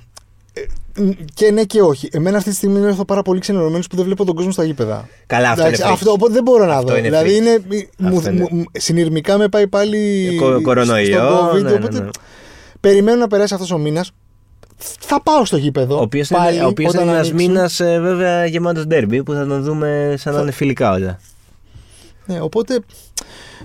Speaker 1: Ε, μ, και ναι και όχι. Εμένα αυτή τη στιγμή νιώθω πάρα πολύ ξενερωμένος που δεν βλέπω τον κόσμο στα γήπεδα.
Speaker 2: Καλά, αυτό
Speaker 1: Εντάξει,
Speaker 2: είναι freak.
Speaker 1: αυτό οπότε δεν μπορώ να
Speaker 2: Αυτό
Speaker 1: δω.
Speaker 2: είναι
Speaker 1: δηλαδή
Speaker 2: freak.
Speaker 1: είναι, μου,
Speaker 2: Αυτό είναι.
Speaker 1: μου- συνειρμικά με πάει πάλι
Speaker 2: Ε, κο-
Speaker 1: στο-
Speaker 2: κορονοϊό,
Speaker 1: στον COVID,
Speaker 2: ναι, ναι,
Speaker 1: οπότε
Speaker 2: ναι.
Speaker 1: περιμένω να περάσει αυτός ο μήνας. Θα πάω στο γήπεδο.
Speaker 2: Ο οποίος
Speaker 1: πάλι,
Speaker 2: είναι, ο οποίος
Speaker 1: όταν
Speaker 2: είναι ένας
Speaker 1: ανοίξουν.
Speaker 2: μήνα βέβαια γεμάτος ντέρμπι που θα τον δούμε σαν να είναι φιλικά όλα.
Speaker 1: Ναι, οπότε.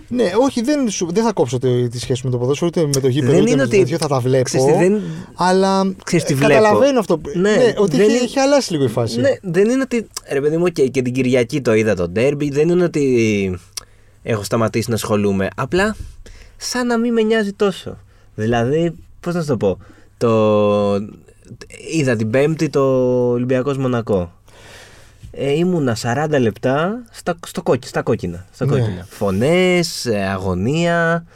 Speaker 1: Ναι, όχι, δεν, σου- δεν θα κόψω τη, τη σχέση με το ποδόσφαιρο ούτε με το γήπεδο.
Speaker 2: Δεν
Speaker 1: ούτε
Speaker 2: είναι
Speaker 1: με το
Speaker 2: ότι-
Speaker 1: τέτοιο, θα τα βλέπω.
Speaker 2: Ξέρεις τι, δεν-
Speaker 1: Αλλά.
Speaker 2: Ξέρεις τι
Speaker 1: ε,
Speaker 2: βλέπω.
Speaker 1: Καταλαβαίνω αυτό. που-
Speaker 2: Ναι,
Speaker 1: Ναι, ότι
Speaker 2: δεν
Speaker 1: έχει,
Speaker 2: είναι-
Speaker 1: έχει αλλάξει λίγο η φάση.
Speaker 2: Ναι, δεν είναι ότι. Ρε παιδί μου, και, και την Κυριακή το είδα το ντέρμπι, δεν είναι ότι έχω σταματήσει να ασχολούμαι. Απλά σαν να μην με νοιάζει τόσο. Δηλαδή, πώς να σου το πω. Το... Είδα την Πέμπτη το Ολυμπιακός Μονακό. Ε, ήμουνα 40 λεπτά στα, στο κόκκι, στα κόκκινα. Στα
Speaker 1: Ναι.
Speaker 2: κόκκινα. Φωνές, ε, αγωνία.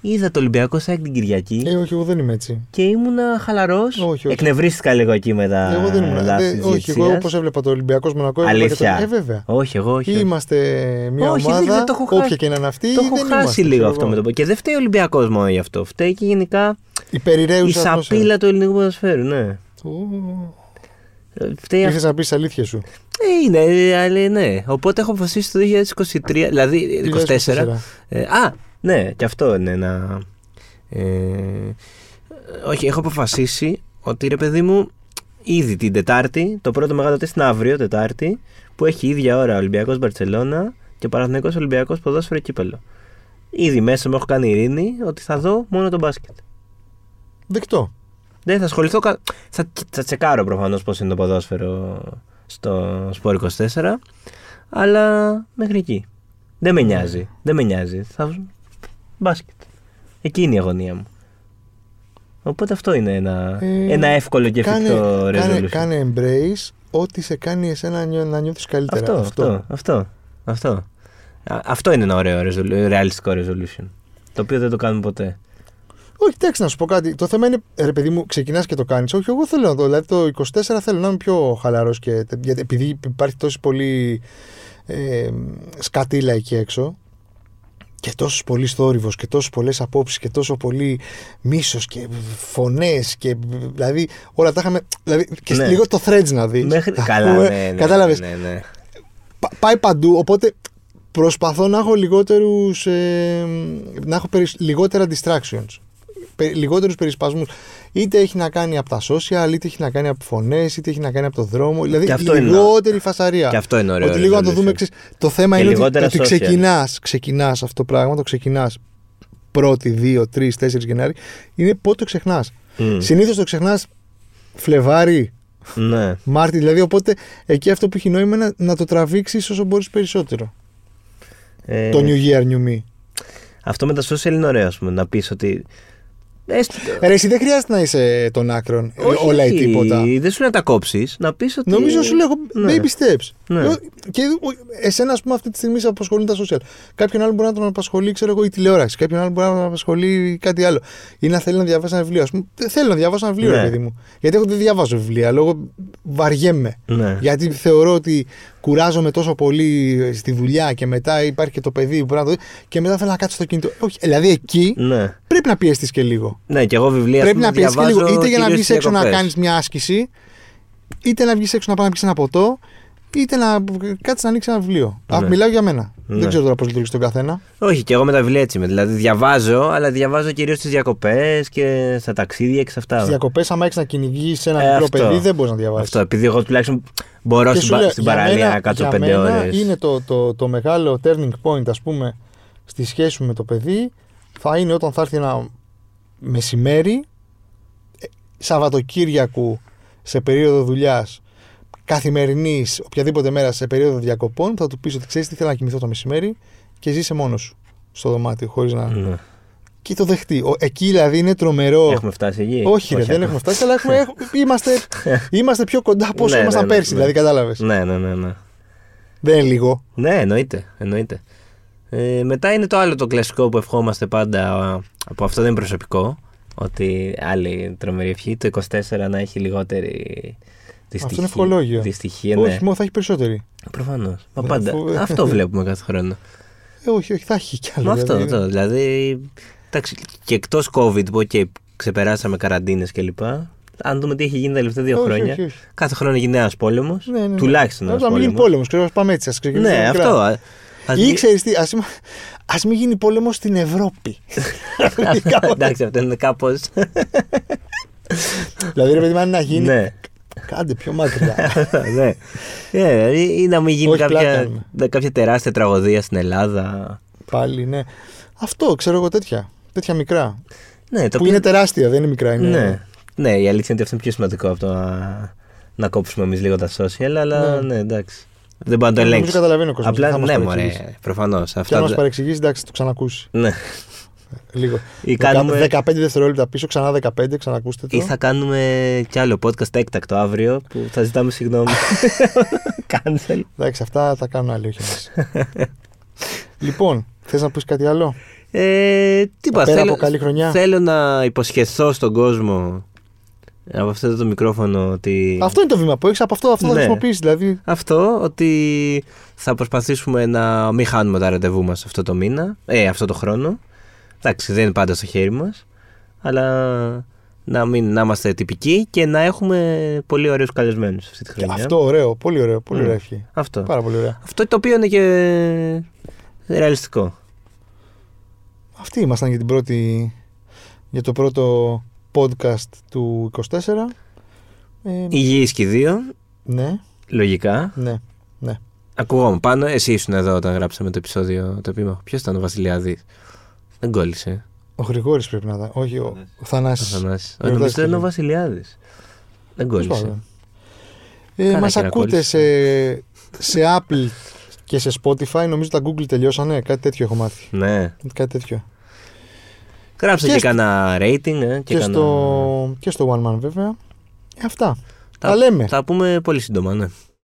Speaker 2: Είδα το Ολυμπιακό Σάκ την Κυριακή.
Speaker 1: Ε, όχι, εγώ δεν είμαι έτσι.
Speaker 2: Και ήμουνα χαλαρός.
Speaker 1: όχι.
Speaker 2: Εκνευρίστηκα λίγο εκεί με τα
Speaker 1: εγώ δεν ήμουν.
Speaker 2: λάθη
Speaker 1: δεν-
Speaker 2: της
Speaker 1: όχι, εγώ
Speaker 2: διαιτησίας.
Speaker 1: όπως έβλεπα το Ολυμπιακό Μονακό. έβλεπα και
Speaker 2: Αλήθεια.
Speaker 1: Το... Ε, βέβαια.
Speaker 2: Όχι, εγώ όχι.
Speaker 1: Είμαστε μια
Speaker 2: Όχι, δεν-
Speaker 1: ομάδα,
Speaker 2: δεν το έχω χάσει.
Speaker 1: όποια και να είναι αυτή.
Speaker 2: το έχω
Speaker 1: δεν
Speaker 2: χάσει
Speaker 1: είμαστε,
Speaker 2: λίγο
Speaker 1: ξέρω
Speaker 2: αυτό
Speaker 1: εγώ.
Speaker 2: με το Και δεν φταίει ο Ολυμπιακός μόνο γι' αυτό. Φταίει και γενικά
Speaker 1: Η περιραίουσα
Speaker 2: η
Speaker 1: ατμόσφαιρα.
Speaker 2: σαπίλα του ελληνικού ποδοσφαίρου. Ναι.
Speaker 1: Ου,
Speaker 2: Ε, Φταίει αυτό.
Speaker 1: Ήρθες να πεις αλήθεια σου.
Speaker 2: Ε, είναι, ε, αλλά ναι. Οπότε έχω αποφασίσει το 2023, δηλαδή 24.
Speaker 1: 2024.
Speaker 2: Ε, α, ναι, και αυτό είναι ένα. Ε, όχι, έχω αποφασίσει ότι ρε παιδί μου, ήδη την Τετάρτη, το πρώτο μεγάλο τεστ είναι αύριο, Τετάρτη, που έχει ίδια ώρα Ολυμπιακός Μπαρσελόνα και Παναθηναϊκός Ολυμπιακός ποδόσφαιρο κύπελο. Ήδη μέσα μου έχω κάνει ειρήνη ότι θα δω μόνο τον μπάσκετ.
Speaker 1: Δεκτό.
Speaker 2: Δεν Ναι, θα ασχοληθώ. κα- Θα, θα τσεκάρω προφανώς πώς είναι το ποδόσφαιρο στο Σπορ 24. Αλλά μέχρι εκεί. Δεν με νοιάζει. Δεν με νοιάζει. Θα... Μπάσκετ. Εκεί είναι η αγωνία μου. Οπότε αυτό είναι ένα,
Speaker 1: Ε,
Speaker 2: ένα εύκολο και
Speaker 1: κάνε,
Speaker 2: εφικτό
Speaker 1: κάνε,
Speaker 2: resolution.
Speaker 1: κάνε embrace ό,τι σε κάνει εσένα νιώ- να νιώθεις καλύτερα.
Speaker 2: αυτό, αυτό, αυτό, αυτό. Α, αυτό είναι ένα ωραίο resolu- ρεαλιστικό resolution. Το οποίο δεν το κάνουμε ποτέ.
Speaker 1: Όχι, εντάξει, να σου πω κάτι. Το θέμα είναι, ε, ρε παιδί μου, ξεκινάς και το κάνεις. Όχι, εγώ θέλω να το. Δηλαδή το 24 θέλω να είμαι πιο χαλαρός και. τε- Γιατί επειδή υπάρχει τόση πολύ ε, σκατήλα εκεί έξω και τόσο πολύ θόρυβος και τόσο πολλές απόψεις και τόσο πολύ μίσος και φωνές και. Δηλαδή όλα τα είχαμε. Δηλαδή και
Speaker 2: Ναι.
Speaker 1: λίγο το threads να δεις.
Speaker 2: Μέχρι... Καλά, ναι, ναι, ναι,
Speaker 1: Κατάλαβες.
Speaker 2: ναι, ναι.
Speaker 1: Πα- πάει παντού. Οπότε προσπαθώ να έχω λιγότερους, ε, να έχω περισ- λιγότερα distractions. Πε, λιγότερους περισπασμούς. Είτε έχει να κάνει από τα social, είτε έχει να κάνει από φωνές, είτε έχει να κάνει από το δρόμο. Δηλαδή
Speaker 2: Και αυτό είναι-
Speaker 1: λιγότερη φασαρία.
Speaker 2: Και αυτό είναι ωραίο.
Speaker 1: ότι λίγο να το
Speaker 2: resolution.
Speaker 1: δούμε. Ξέρεις, το θέμα
Speaker 2: Και
Speaker 1: είναι ότι,
Speaker 2: λιγότερα
Speaker 1: ότι
Speaker 2: social.
Speaker 1: ξεκινάς, ξεκινάς αυτό το πράγμα, το ξεκινάς πρώτη, δύο, τρεις, τέσσερις Γενάρη. Είναι πότε το ξεχνάς.
Speaker 2: Μμ.
Speaker 1: Συνήθως το ξεχνάς Φλεβάρι,
Speaker 2: Ναι.
Speaker 1: Μάρτι, δηλαδή. Οπότε εκεί αυτό που έχει νόημα είναι να, να το τραβήξεις όσο μπορείς περισσότερο.
Speaker 2: Ε,
Speaker 1: Το New Year, New Me.
Speaker 2: Αυτό με τα social είναι ωραίο, ας πούμε, να πεις ότι... Έστω,
Speaker 1: Ρε, εσύ δεν χρειάζεται να είσαι των άκρων ε,
Speaker 2: όχι,
Speaker 1: όλα ή τίποτα.
Speaker 2: Δεν σου λέει να τα κόψεις, να πεις ότι...
Speaker 1: Νομίζω σου λέω
Speaker 2: Ναι.
Speaker 1: baby steps.
Speaker 2: Ναι.
Speaker 1: Λέω, Και ο- εσένα, ας πούμε, αυτή τη στιγμή σε απασχολούν τα social. Κάποιον άλλον μπορεί να τον απασχολεί, ξέρω εγώ, η τηλεόραση. Κάποιον άλλον μπορεί να τον απασχολεί κάτι άλλο. Ή να θέλει να διαβάσει ένα βιβλίο. Ας πούμε, δεν θέλω να διαβάσω ένα βιβλίο,
Speaker 2: Ναι.
Speaker 1: ρε παιδί μου. Γιατί εγώ δεν διαβάζω βιβλία, λόγω βαριέμαι.
Speaker 2: Ναι.
Speaker 1: Γιατί θεωρώ ότι κουράζομαι τόσο πολύ στη δουλειά και μετά υπάρχει και το παιδί που μπορεί να το δει και μετά θέλω να κάτσω στο κινητό. Όχι, δηλαδή εκεί
Speaker 2: Ναι.
Speaker 1: πρέπει να πιεστεί και λίγο.
Speaker 2: Ναι, και εγώ βιβλία ας
Speaker 1: πρέπει
Speaker 2: πούμε,
Speaker 1: να πιεστεί και λίγο.
Speaker 2: διαβάζω
Speaker 1: Είτε για να
Speaker 2: κυρίως
Speaker 1: βγεις
Speaker 2: στις
Speaker 1: έξω να
Speaker 2: διακοπές.
Speaker 1: κάνεις μια άσκηση, είτε να βγεις έξω να πάει να πιεις ένα ποτό, είτε να κάτσεις να ανοίξεις ένα βιβλίο. Α,
Speaker 2: Ναι.
Speaker 1: μιλάω για μένα.
Speaker 2: Ναι.
Speaker 1: Δεν ξέρω τώρα πώς λειτουργεί τον καθένα.
Speaker 2: Όχι, και εγώ με τα βιβλία έτσι είμαι. Δηλαδή διαβάζω, αλλά διαβάζω κυρίως στις διακοπές και στα ταξίδια και σε αυτά.
Speaker 1: Στι διακοπές, άμα έχεις να κυνηγήσει ένα
Speaker 2: Ε,
Speaker 1: μικρό
Speaker 2: αυτό.
Speaker 1: παιδί, δεν μπορείς να διαβάσεις.
Speaker 2: Αυτό, επειδή εγώ τουλάχιστον μπορώ
Speaker 1: Και
Speaker 2: στην,
Speaker 1: σου
Speaker 2: πα-
Speaker 1: λέω,
Speaker 2: στην
Speaker 1: για
Speaker 2: παραλία
Speaker 1: μένα-
Speaker 2: να κάτσω
Speaker 1: για
Speaker 2: πέντε
Speaker 1: μένα
Speaker 2: ώρες.
Speaker 1: Είναι το, το, το μεγάλο turning point, ας πούμε, στη σχέση μου με το παιδί θα είναι όταν θα έρθει ένα μεσημέρι, ε, Σαββατοκύριακου, σε περίοδο δουλειάς, καθημερινής, οποιαδήποτε μέρα σε περίοδο διακοπών, θα του πεις ότι ξέρεις τι θέλω να κοιμηθώ το μεσημέρι και ζήσε μόνος σου στο δωμάτιο, χωρίς να.
Speaker 2: Ναι.
Speaker 1: Και το δεχτεί. Ο- Εκεί δηλαδή είναι τρομερό.
Speaker 2: Έχουμε φτάσει εκεί.
Speaker 1: Όχι, ρε, δεν
Speaker 2: ακόμα.
Speaker 1: έχουμε φτάσει, αλλά έχουμε, έχουμε- είμαστε, είμαστε πιο κοντά από όσο
Speaker 2: Ναι, ναι,
Speaker 1: ήμασταν
Speaker 2: ναι,
Speaker 1: πέρσι.
Speaker 2: ναι.
Speaker 1: Δηλαδή, κατάλαβες.
Speaker 2: Ναι, ναι, ναι, ναι.
Speaker 1: Δεν είναι λίγο.
Speaker 2: Ναι, εννοείται. εννοείται. Ε, μετά είναι το άλλο το κλασικό που ευχόμαστε πάντα, α, από αυτό δεν είναι προσωπικό, ότι άλλη τρομερή ευχή, το 24 να έχει λιγότερη δυστυχία.
Speaker 1: Αυτό είναι ευχολόγιο.
Speaker 2: Δυστυχία,
Speaker 1: Όχι,
Speaker 2: ναι.
Speaker 1: μόνο θα έχει περισσότεροι.
Speaker 2: Προφανώς. Μα
Speaker 1: Μα
Speaker 2: πάντα.
Speaker 1: φοβε-
Speaker 2: Αυτό βλέπουμε κάθε χρόνο.
Speaker 1: Ε, όχι, όχι, θα έχει κι άλλο.
Speaker 2: Μα αυτό,
Speaker 1: δηλαδή.
Speaker 2: αυτό. Δηλαδή, εντάξει, και εκτός COVID που okay, ξεπεράσαμε καραντίνες κλπ. Αν δούμε τι έχει γίνει τα τελευταία δύο
Speaker 1: Όχι,
Speaker 2: χρόνια,
Speaker 1: όχι, όχι.
Speaker 2: κάθε χρόνο γίνεται ένας πόλεμος.
Speaker 1: Ναι, ναι, ναι.
Speaker 2: Τουλάχιστον ένας
Speaker 1: Ας μην γίνει
Speaker 2: πόλεμος.
Speaker 1: πόλεμος, ξέρω, ας πάμε έτσι. Ας ξεκινήσουμε
Speaker 2: Ναι,
Speaker 1: μικρά.
Speaker 2: αυτό. α- ας
Speaker 1: Ή
Speaker 2: μην-
Speaker 1: ξέρεις τι, ας, είμα- ας μην γίνει πόλεμος στην Ευρώπη.
Speaker 2: Εντάξει, αυτό είναι κάπως.
Speaker 1: δηλαδή, ρε παιδί, μου, αν είναι να γίνει.
Speaker 2: ναι.
Speaker 1: Κάντε πιο μακριά.
Speaker 2: ναι. Ε, ή- ή να μην γίνει
Speaker 1: Όχι, πλάκα
Speaker 2: κάποια,
Speaker 1: κάνουμε.
Speaker 2: κάποια τεράστια τραγωδία στην Ελλάδα.
Speaker 1: Πάλι, ναι. Αυτό, ξέρω εγώ τέτοια. Τέτοια μικρά.
Speaker 2: Ναι, το
Speaker 1: που
Speaker 2: οποίο-
Speaker 1: είναι τεράστια, δεν είναι μικρά. Είναι...
Speaker 2: ναι. ναι, η αλήθεια είναι ότι αυτό είναι πιο σημαντικό από το να, να κόψουμε εμείς λίγο τα social, αλλά
Speaker 1: Ναι. Ε,
Speaker 2: ναι, εντάξει. Δεν πάμε να το
Speaker 1: Νομίζω
Speaker 2: ελέγξουμε.
Speaker 1: καταλαβαίνει ο κόσμος, δεν θα
Speaker 2: Απλά
Speaker 1: μας
Speaker 2: ναι,
Speaker 1: παρεξηγήσει.
Speaker 2: μωρέ, προφανώς.
Speaker 1: Και αν μα
Speaker 2: Αυτά.
Speaker 1: παρεξηγήσει, εντάξει, το ξανακούσει.
Speaker 2: Ναι.
Speaker 1: Λίγο.
Speaker 2: Ή
Speaker 1: Δεκα-
Speaker 2: κάνουμε-
Speaker 1: 15 δευτερόλεπτα πίσω, ξανά 15, ξανακούστε το.
Speaker 2: Ή θα κάνουμε κι άλλο podcast έκτακτο αύριο που θα ζητάμε συγγνώμη. Cancel.
Speaker 1: Εντάξει, αυτά τα κάνουν άλλοι, όχι εμείς. λοιπόν, θες να πεις κάτι άλλο.
Speaker 2: Ε, τι είπα,
Speaker 1: Πέρα
Speaker 2: θέλω,
Speaker 1: από καλή χρονιά.
Speaker 2: θέλω να υποσχεθώ στον κόσμο από αυτό εδώ το μικρόφωνο ότι
Speaker 1: Αυτό είναι το βήμα που έχεις. Από αυτό, αυτό θα
Speaker 2: Ναι.
Speaker 1: χρησιμοποιήσεις. Δηλαδή,
Speaker 2: αυτό, ότι θα προσπαθήσουμε να μην χάνουμε τα ραντεβού μας αυτό το μήνα, ε, αυτό το χρόνο. Εντάξει, δεν είναι πάντα στο χέρι μας, αλλά να, μην, να είμαστε τυπικοί και να έχουμε πολύ ωραίους καλεσμένους αυτή τη χρονιά.
Speaker 1: Αυτό ωραίο, πολύ ωραίο, πολύ
Speaker 2: Μμ.
Speaker 1: ωραία ευχή.
Speaker 2: Αυτό.
Speaker 1: Πάρα πολύ ωραία.
Speaker 2: Αυτό το οποίο είναι και ρεαλιστικό.
Speaker 1: Αυτοί ήμασταν για, την πρώτη, για το πρώτο podcast του 24. Ε,
Speaker 2: Υγιείς και οι δύο,
Speaker 1: ναι,
Speaker 2: λογικά.
Speaker 1: ναι, ναι.
Speaker 2: Ακουγόμουν πάνω. Εσύ ήσουν εδώ όταν γράψαμε το επεισόδιο το επίμαχο. Ποιος ήταν ο Βασιλιάδης. Δεν κόλλησε.
Speaker 1: Ο Γρηγόρης πρέπει να ήταν. Όχι, ο, ο
Speaker 2: Ο
Speaker 1: Θανάσης.
Speaker 2: Θανάσης.
Speaker 1: Γιορτάζει
Speaker 2: Νομίζω ήταν
Speaker 1: πολύ.
Speaker 2: ο Βασιλιάδης. Δεν κόλλησε.
Speaker 1: Ε,
Speaker 2: Καλά
Speaker 1: μας
Speaker 2: και να
Speaker 1: ακούτε σε, σε Apple και σε Spotify. Νομίζω τα Google τελειώσανε. Κάτι τέτοιο έχω μάθει.
Speaker 2: Ναι.
Speaker 1: Κάτι τέτοιο.
Speaker 2: Γράψε
Speaker 1: Και
Speaker 2: και,
Speaker 1: στο-
Speaker 2: κανένα rating. Ε, και
Speaker 1: Και,
Speaker 2: κανένα-
Speaker 1: στο, και στο One Man βέβαια. Ε, αυτά. Τα λέμε.
Speaker 2: Τα πούμε πολύ σύντομα, ναι.